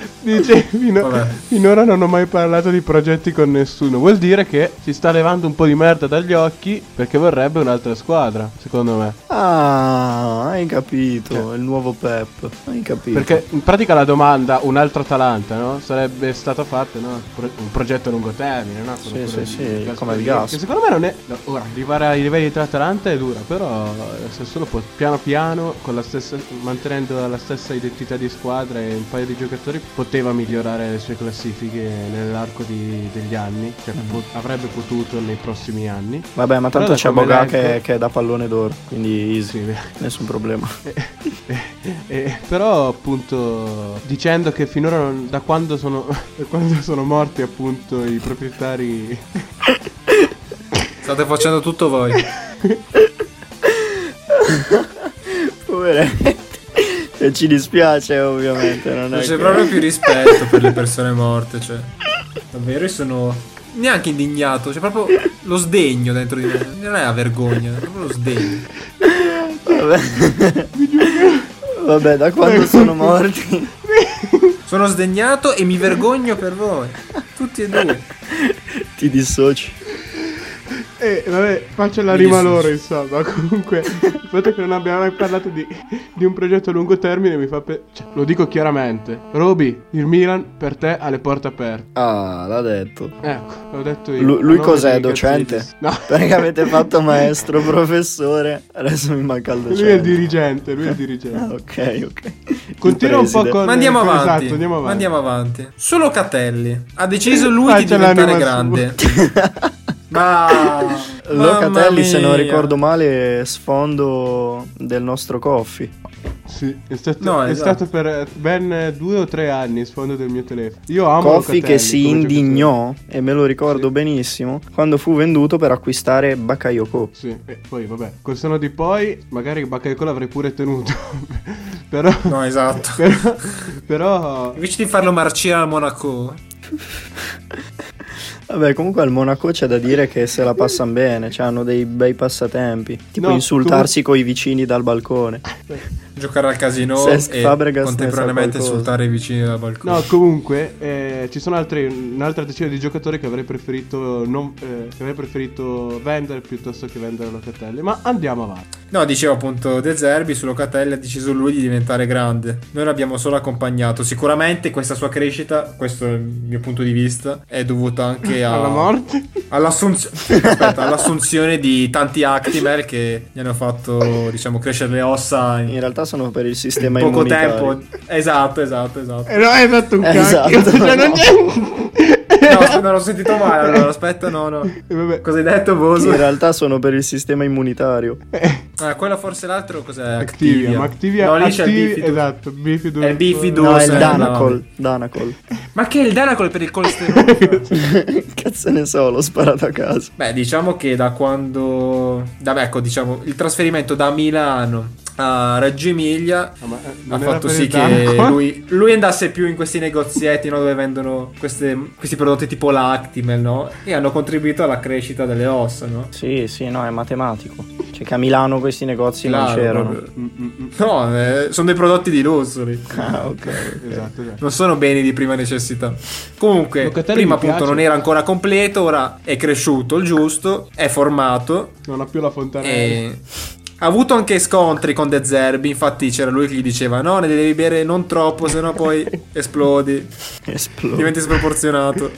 S1: Dice, fino-
S6: Vabbè.
S1: finora non ho mai parlato di progetti con nessuno. Vuol dire che si sta levando un po' di merda dagli occhi perché vorrebbe un'altra squadra, secondo me.
S3: Ah, hai capito. Il nuovo Pep. Hai capito.
S1: Eh. Perché in pratica la domanda, un'altra Atalanta, no? Sarebbe stata fatta, no? Pro- un progetto a lungo termine, no? Quello-
S3: Sì,
S1: quello di-
S3: sì, sì,
S1: di-
S3: come il
S1: di-
S3: gas.
S1: che secondo me non è... no, ora, arrivare ai livelli dell'Atalanta è dura, però eh, se solo può, piano piano, con la stessa, mantenendo la stessa identità di squadra e un paio di giocatori, poteva migliorare le sue classifiche nell'arco di- degli anni. Cioè,
S3: Mm.
S1: po- avrebbe potuto nei prossimi anni.
S3: Vabbè, ma
S1: Però
S3: tanto
S1: da
S3: c'è
S1: come
S3: Boga
S1: leggo-
S3: che, che è da pallone d'oro. Quindi easy.
S1: Sì, beh.
S3: Nessun problema.
S1: Eh, però appunto dicendo che finora non- da, quando sono, da quando sono morti appunto i proprietari
S6: State facendo tutto voi.
S3: Poveretti. E Cioè, ci dispiace, ovviamente. Non,
S6: Non
S3: è
S6: c'è
S1: Cioè,
S3: che-
S6: proprio più rispetto per le persone morte, cioè. Davvero io sono neanche indignato, c'è proprio lo sdegno dentro di me. Non è la vergogna, è proprio lo sdegno.
S3: Vabbè. Vabbè, da quando sono morti.
S6: Sono sdegnato e mi vergogno per voi. Tutti e due.
S3: Ti dissoci.
S1: Eh, vabbè, faccio la rima
S6: Mi
S1: loro, insomma. Comunque, il fatto che non abbiamo mai parlato di, di un progetto a lungo termine mi fa. pe- cioè, lo dico chiaramente. Roby, il Milan per te ha le porte aperte.
S3: Ah, l'ha detto.
S1: Ecco, l'ho detto io.
S3: Lu- lui
S1: A nome
S3: cos'è,
S1: di
S3: docente?
S1: Gazzidis. No,
S3: Perché avete fatto maestro, professore. Adesso mi manca il docente.
S1: lui è il dirigente. Lui è il
S3: Ah,
S1: dirigente.
S3: Ok, ok.
S1: Continua un po'
S3: Il preside.
S1: con.
S6: Ma andiamo
S1: con-
S6: avanti.
S1: Esatto, andiamo avanti. Ah,
S6: Andiamo avanti. Solo Catelli ha deciso lui di
S1: Faccia l'anima
S6: diventare grande. Ma
S3: Locatelli, se non
S6: Mamma mia.
S3: ricordo male, è sfondo del nostro coffee.
S1: Sì, è stato,
S6: No,
S1: è
S6: esatto.
S1: stato per eh, ben due o tre anni il sfondo del mio telefono. Io amo
S3: Coffee
S1: Locatelli
S3: che si
S1: come
S3: indignò, e me lo ricordo benissimo, quando fu venduto per acquistare Bakayoko.
S1: giocatore. Sì, e poi vabbè, col senno di poi magari Bakayoko l'avrei pure tenuto. però,
S6: No, esatto.
S1: però però
S6: Invece di farlo marcire al Monaco,
S3: Vabbè, comunque al Monaco c'è da dire che se la passano bene, cioè hanno dei bei passatempi, tipo
S1: No,
S3: insultarsi coi vicini dal balcone.
S6: giocare al casino
S3: Cesc
S6: e
S3: Fabregas ne sa
S6: contemporaneamente
S3: qualcosa.
S6: insultare i vicini dal balcone.
S1: No, comunque eh, ci sono altri, un'altra decina di giocatori che avrei preferito, non, eh, che avrei preferito vendere piuttosto che vendere Locatelli. Ma andiamo avanti.
S6: No, dicevo appunto De Zerbi su Locatelli ha deciso lui di diventare grande. Noi l'abbiamo solo accompagnato. Sicuramente questa sua crescita, questo è il mio punto di vista, è dovuta anche a-
S1: Alla morte.
S6: all'assunz- aspetta, all'assunzione di tanti Actimel che gli hanno fatto, diciamo, crescere le ossa in,
S3: In realtà sono per il sistema
S6: poco
S3: immunitario.
S6: tempo. Esatto, esatto, esatto.
S1: no, hai fatto un
S3: Eh, cacchio, esatto, cioè, non no.
S6: No, aspetta, non l'ho sentito male. Allora, aspetta, no, no.
S1: Eh,
S6: Cosa hai detto, Boso?
S3: In realtà sono per il sistema immunitario.
S1: Eh,
S6: Ah, quello forse l'altro cos'è?
S1: Activia, ma Activia
S6: No, lì c'è il
S1: Activia-
S6: bifidus.
S1: Esatto, Bifidus.
S6: È Bifidus.
S3: No, è il
S6: eh,
S3: Danacol. Danacol.
S6: Ma che è il Danacol per il colesterolo?
S3: Cazzo ne so, l'ho sparato a caso.
S6: Beh, diciamo che da quando... Vabbè, ecco, diciamo, il trasferimento da Milano a Reggio Emilia
S1: Ah, ma, eh,
S6: ha
S1: non era
S6: fatto
S1: per
S6: sì
S1: il
S6: che
S1: Danco?
S6: lui, lui andasse più in questi negozietti no, dove vendono queste- questi prodotti tipo Lactimel, no? E hanno contribuito alla crescita delle ossa, no?
S3: Sì, sì, no, è matematico. Cioè che a Milano questi negozi non
S6: Claro,
S3: c'erano.
S6: proprio.
S1: Mm, mm, mm.
S6: No, eh, sono dei prodotti di lusso lì.
S3: Ah, ok.
S6: Eh.
S1: Esatto, esatto.
S6: Non sono beni di prima necessità. Comunque,
S1: Locatelli
S6: prima
S1: mi piace.
S6: appunto non era ancora completo, ora è cresciuto il giusto, è formato
S1: Non ha più la fontanella.
S6: e ha avuto anche scontri con De Zerbi, infatti c'era lui che gli diceva "No, ne devi bere non troppo, sennò poi esplodi,
S3: Esplode.
S6: diventi sproporzionato".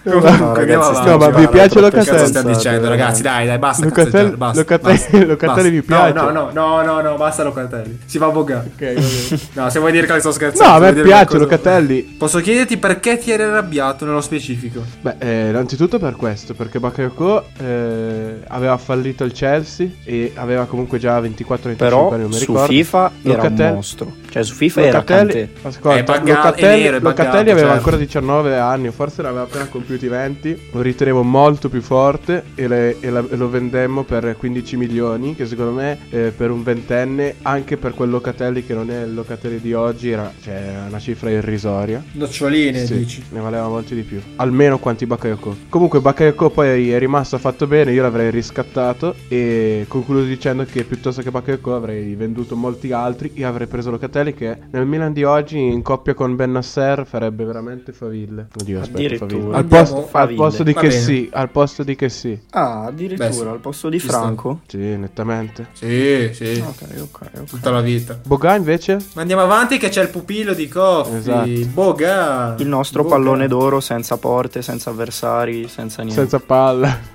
S3: No,
S6: Comunque,
S3: ragazzi,
S6: andiamo
S3: stiamo
S6: avanti.
S1: No, ma vi piace
S3: guarda,
S6: Che
S3: guarda,
S6: cazzo
S1: Locatelli?
S6: stiamo
S3: Cazzate,
S6: dicendo,
S3: ragazzi.
S6: ragazzi? Dai, dai, basta
S1: Locatelli-
S6: cazzeggiare, basta.
S1: Locatelli-
S6: basta,
S1: Locatelli vi
S6: basta.
S1: piace?
S6: No, no, no, no, no, no, basta Locatelli. Si va a bogare.
S1: Ok, va bene.
S6: No, se vuoi dire che le sto scherzando.
S1: No, a
S6: se vuoi
S1: me
S6: dire
S1: piace
S6: qualcosa-
S1: Locatelli.
S6: Posso chiederti perché ti eri arrabbiato nello specifico?
S1: Beh, eh, innanzitutto per questo, perché Bakayoko eh, aveva fallito il Chelsea e aveva comunque già 24-25 anni,
S3: Però
S1: non mi
S3: su
S1: ricordo.
S3: FIFA era
S1: Locatelli-
S3: un mostro. Cioè su FIFA era
S1: Locatelli,
S3: Kanté.
S1: ascolta,
S6: È bagga-
S1: Locatelli,
S6: è nero, è
S1: Locatelli
S6: baggato,
S1: aveva
S6: certo.
S1: ancora 19 anni, o forse ne aveva appena compiuti i 20. Lo ritenevo molto più forte e, le- e la- e lo vendemmo per 15 milioni. Che secondo me, eh, per un ventenne, anche per quel Locatelli che non è il Locatelli di oggi, era cioè, era una cifra irrisoria.
S6: Noccioline,
S1: Sì,
S6: dici.
S1: ne valeva molti di più. Almeno quanti Bakayoko. Comunque Bakayoko poi è rimasto ha fatto bene, io l'avrei riscattato e concludo dicendo che piuttosto che Bakayoko avrei venduto molti altri e avrei preso Locatelli che nel Milan di oggi in coppia con Ben Nasser farebbe veramente faville. Oddio, aspetta,
S3: Addirittura.
S1: faville. Al
S6: Andiamo
S1: posto, al
S3: faville.
S1: posto di
S6: Va
S1: che
S6: bene.
S1: sì, al posto di che sì.
S3: Ah,
S6: Beh, sì.
S3: addirittura al posto di
S6: Ci sta.
S3: Franco.
S1: Sì, nettamente.
S6: Sì, sì.
S3: Ok, ok, ok.
S6: Tutta la vita.
S1: Boga invece?
S6: Ma andiamo avanti che c'è il pupillo di Boh, Coffi.
S1: Esatto.
S6: Boga.
S3: Il nostro
S6: Boga.
S3: pallone d'oro senza porte, senza avversari, senza niente.
S1: Senza palla.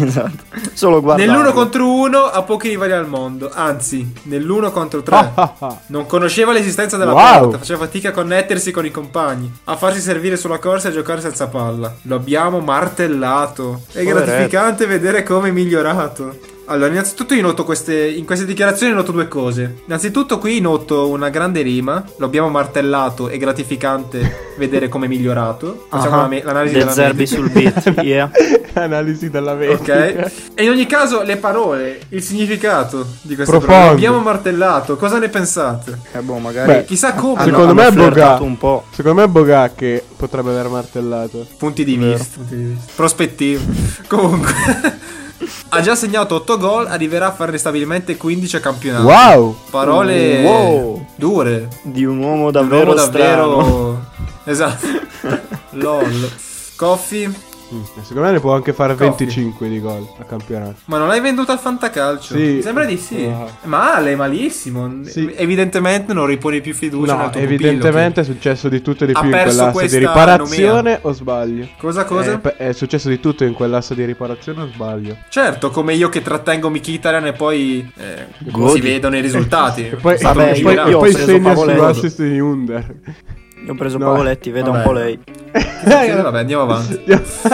S3: Esatto. Solo guardare.
S6: Nell'uno contro uno ha pochi rivali al mondo. Anzi, nell'uno contro tre. Non conosceva l'esistenza della
S1: Wow.
S6: porta, faceva fatica a connettersi con i compagni, a farsi servire sulla corsa e a giocare senza palla. Lo abbiamo martellato. È
S3: Poveretto.
S6: gratificante vedere come è migliorato. Allora, innanzitutto io noto queste, in queste dichiarazioni noto due cose. Innanzitutto qui noto una grande rima, lo abbiamo martellato, è gratificante vedere come è migliorato.
S3: Ah,
S6: Facciamo la me- l'analisi
S3: De
S6: della
S3: Zerbi sul beat. Yeah.
S1: Analisi dalla verità.
S6: Ok. E in ogni caso le parole, il significato di queste
S1: Profondo.
S6: parole. L'abbiamo martellato, cosa ne pensate?
S3: Eh boh, magari
S1: Beh,
S6: Chissà come.
S3: hanno,
S1: secondo
S3: hanno
S1: me è
S3: flirtato
S1: Boga.
S3: un po'.
S1: Secondo me è Boga che potrebbe aver martellato.
S6: Punti di, vista, punti di vista. Prospettiva. Comunque. ha già segnato 8 gol, arriverà a farne stabilmente 15 a campionato.
S1: Wow!
S6: Parole
S3: Wow.
S6: dure.
S3: Di un uomo
S6: Un
S3: davvero,
S6: uomo
S3: strano.
S6: davvero... Esatto. LOL. Coffee,
S1: Eh, Secondo me ne può anche fare
S6: Coffee.
S1: 25 di gol a campionato.
S6: ma non l'hai venduto al Fantacalcio?
S1: Sì.
S6: Mi Sembra di sì.
S1: No.
S6: Male, malissimo.
S1: Sì.
S6: Evidentemente non riponi più fiducia nel
S1: no,
S6: tuo pupillo,
S1: evidentemente è successo di tutto e di
S6: ha
S1: più in
S6: perso
S1: quell'asse di
S6: questa
S1: riparazione o sbaglio?
S6: che- Cosa cosa?
S1: È, è successo di tutto in quell'asse di riparazione o sbaglio?
S6: Certo, come io che trattengo Mkhitaryan e poi eh,
S3: Godi.
S6: si vedono i risultati.
S1: E poi,
S6: È stato
S3: Vabbè,
S6: un
S1: e
S3: io-
S1: poi-
S6: gigante.
S1: e
S3: io ho
S1: poi
S3: preso
S1: segna
S3: Pavoletti.
S1: sull'assist di Under.
S3: Io ho preso
S1: No.
S3: Pavoletti, vedo
S6: Vabbè.
S3: un po' lei.
S6: Succede? Vabbè, andiamo avanti.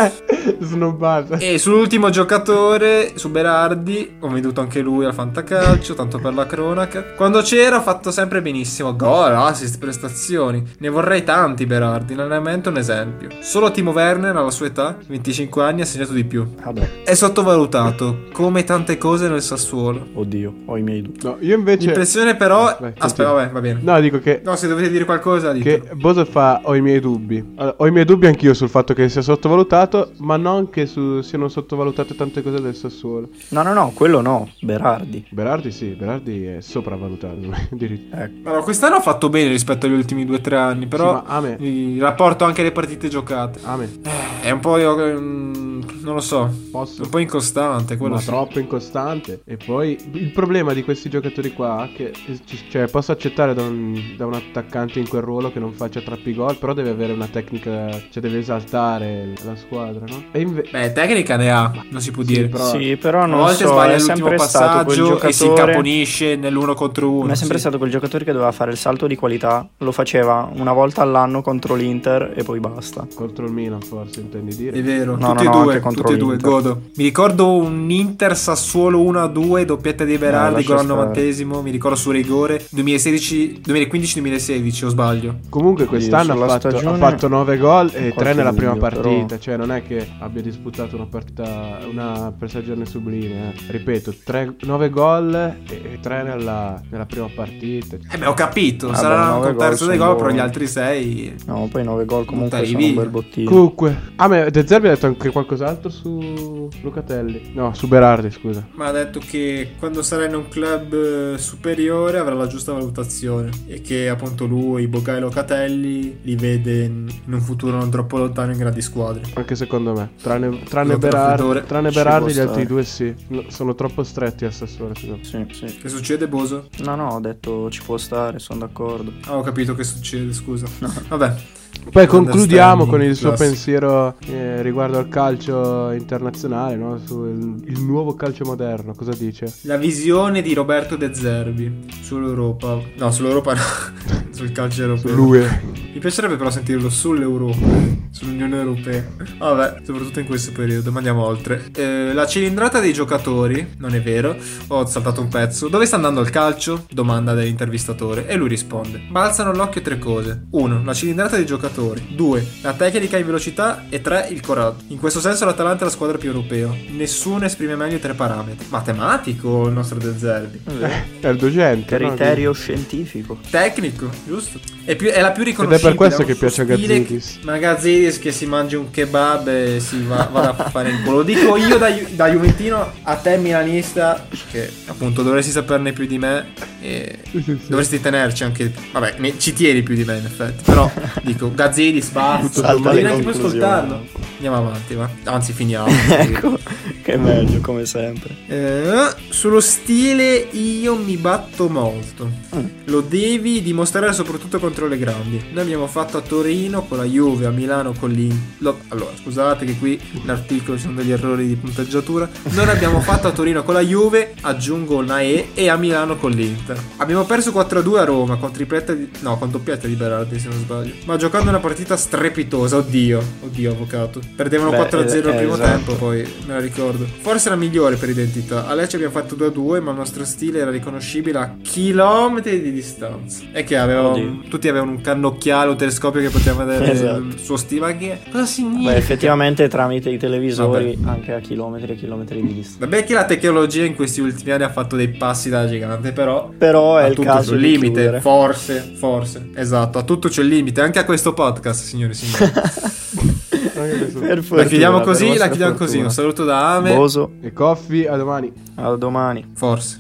S6: Eh,
S1: Snobbata.
S6: E sull'ultimo giocatore, su Berardi, ho venduto anche lui al fantacalcio, tanto per la cronaca. Quando c'era ha fatto sempre benissimo, gol, assist, prestazioni. Ne vorrei tanti Berardi, in allenamento un esempio. Solo Timo Werner alla sua età, 25 anni, ha segnato di più.
S3: Vabbè,
S6: È sottovalutato, come tante cose nel Sassuolo.
S3: oddio, ho i miei dubbi.
S1: No, io invece...
S6: L'impressione però...
S1: Vai,
S6: Aspetta,
S1: continua.
S6: vabbè, va bene.
S1: Cioè, No, dico che
S6: No, se dovete dire qualcosa, dite.
S1: Che Bosa fa ho i miei dubbi. Allora, ho i miei dubbi anch'io sul fatto che sia sottovalutato, ma non che su- siano sottovalutate tante cose del Sassuolo.
S3: No, no, no, quello no, Berardi.
S1: Berardi sì, Berardi è sopravvalutato. addirittura.
S3: Ecco.
S6: Allora, quest'anno ha fatto bene rispetto agli ultimi 2-3 anni, però
S1: Sì, ma a me-
S6: il rapporto anche alle partite giocate
S1: A me
S6: è un po', io, mm, non lo so, un
S1: posso
S6: po' incostante quello.
S1: ma
S6: sì.
S1: troppo incostante. E poi il problema di questi giocatori qua è che c- cioè, posso accettare da un, da un attaccante in quel ruolo che non faccia troppi gol, però deve avere una tecnica, cioè deve esaltare la squadra, no? E invece
S6: Beh, tecnica ne ha, non si può
S1: Sì,
S6: dire.
S1: però-
S3: Sì, però
S6: a
S3: non
S6: volte
S3: so,
S6: sbaglia
S3: è
S6: l'ultimo
S3: sempre stato quel
S6: passaggio e si
S3: giocatore...
S6: incaponisce nell'uno contro uno.
S3: Ma è sempre
S6: sì.
S3: stato quel giocatore che doveva fare il salto di qualità, lo faceva una volta all'anno contro l'Inter e poi basta.
S1: contro il Milan forse intendi dire?
S6: È vero,
S3: No,
S6: tutti
S3: no,
S6: e
S3: no,
S6: due,
S3: anche contro
S6: tutti e due,
S3: l'Inter.
S6: godo. Mi ricordo un Inter Sassuolo 1-2, doppietta di
S3: No,
S6: Berardi,
S3: Eh, lascia
S6: gol al
S3: stare.
S6: novantesimo, mi ricordo su rigore, 2016 2015-2016 o sbaglio.
S1: Comunque
S3: Quindi
S1: quest'anno ha
S3: sulla
S1: fatto,
S3: stagione
S1: 9 gol e
S3: qualche
S1: 3 nella prima
S3: dubbio, però-
S1: partita, cioè non è che abbia disputato una, partita, una prestagione sublime, eh. ripeto, 9 gol e 3 nella, nella prima partita.
S6: Eh beh, ho capito,
S3: Vabbè,
S6: sarà
S3: nove
S6: un terzo
S3: gol
S6: dei
S3: sono
S6: gol, però gli
S3: buoni.
S6: altri sei...
S3: No, poi 9 gol comunque
S6: Buttali
S3: sono un
S6: via.
S3: bel bottino.
S1: Comunque, ah me De Zerbi ha detto anche qualcos'altro su Lucatelli, no su Berardi scusa.
S6: Ma ha detto che quando sarà in un club eh, superiore avrà la giusta valutazione e che appunto lui, Bocca e Locatelli li vede in in un futuro non troppo lontano in grandi squadre.
S1: Anche secondo me, tranne, tranne
S6: Lo
S1: Berardi,
S6: trafitore
S1: tranne
S3: ci può
S1: Berardi gli
S3: stare.
S1: altri due sì, No, sono troppo stretti a Sassuolo secondo me.
S3: Sì, sì.
S6: Che succede, Boso?
S3: No, no, ho detto ci può stare, sono d'accordo.
S6: Ah, ho capito che succede, scusa. Vabbè.
S1: Poi concludiamo
S6: Understanding
S1: con il suo
S6: classico.
S1: pensiero eh, riguardo al calcio internazionale, no? sul il nuovo calcio moderno, cosa dice?
S6: La visione di Roberto De Zerbi sull'Europa. No, sull'Europa no. sul calcio europeo. Mi piacerebbe però sentirlo sull'Europa, sull'Unione Europea. Vabbè, soprattutto in questo periodo, ma andiamo oltre. Eh, la cilindrata dei giocatori, non è vero, ho saltato un pezzo. Dove sta andando il calcio? Domanda dell'intervistatore e lui risponde. Balzano all'occhio tre cose. 1. La cilindrata dei giocatori. 2. La tecnica in velocità e 3. Il coraggio. In questo senso l'Atalanta è la squadra più europea. Nessuno esprime meglio i tre parametri. Matematico il nostro De Zerbi.
S1: È il docente. no?
S3: Eh, Criterio scientifico.
S6: Tecnico, giusto? È, più- è la più
S1: Ed è
S6: riconoscibile.
S1: per questo
S6: ha
S1: che
S6: un
S1: piace a
S6: suo stile
S1: Gazzidis.
S6: Ma Gazzidis che si mangia un kebab e si va, vada a fare il culo. Lo dico io da, Ju- da Juventino a te milanista, che appunto dovresti saperne più di me e dovresti tenerci anche... Vabbè, ne- ci tieni più di me in effetti, però dico Gazzidis, basta,
S3: Salta
S6: non
S3: le
S6: devi neanche più
S3: conclusioni.
S6: ascoltarlo. Andiamo avanti, va. Anzi, finiamo.
S3: ecco, che è meglio come sempre.
S6: Eh, sullo stile io mi batto molto.
S3: Mm.
S6: Lo devi dimostrare soprattutto contro le grandi. Noi abbiamo fatto a Torino con la Juve, a Milano con l'Inter. Allora, scusate che qui l'articolo ci sono degli errori di punteggiatura. Noi l'abbiamo fatto a Torino con la Juve, aggiungo una E e a Milano con l'Inter. Abbiamo perso 4-2 a Roma con tripletta di... no, con doppietta di Berardi se non sbaglio. Ma giocando una partita strepitosa, oddio, oddio avvocato. Perdevano
S3: Beh,
S6: 4-0 al
S3: eh,
S6: primo
S3: esatto.
S6: tempo poi me la ricordo. Forse la migliore per identità. A Lecce abbiamo fatto 2-2, ma il nostro stile era riconoscibile a chilometri di distanza. E che avevamo.
S3: Oddio.
S6: Tutti avevano un cannocchiale, un telescopio che poteva vedere
S3: Esatto.
S6: il suo stile. Ma che. Cosa significa?
S3: Beh, effettivamente tramite i televisori anche a chilometri e chilometri di distanza.
S6: Vabbè, che la tecnologia in questi ultimi anni ha fatto dei passi da gigante, però.
S3: Però è
S6: a
S3: il
S6: tutto
S3: caso
S6: c'è un
S3: di
S6: limite,
S3: chiudere.
S6: forse, forse. Esatto, a tutto c'è il limite, anche a questo podcast, signori e signori.
S1: Anche questo.
S3: Per
S6: la
S3: fortuna,
S6: chiudiamo
S3: per
S6: così, la
S3: vostra
S6: chiudiamo così.
S3: fortuna.
S6: Un saluto da Ame,
S3: Boso,
S1: E Coffi, a domani.
S3: a domani.
S6: forse.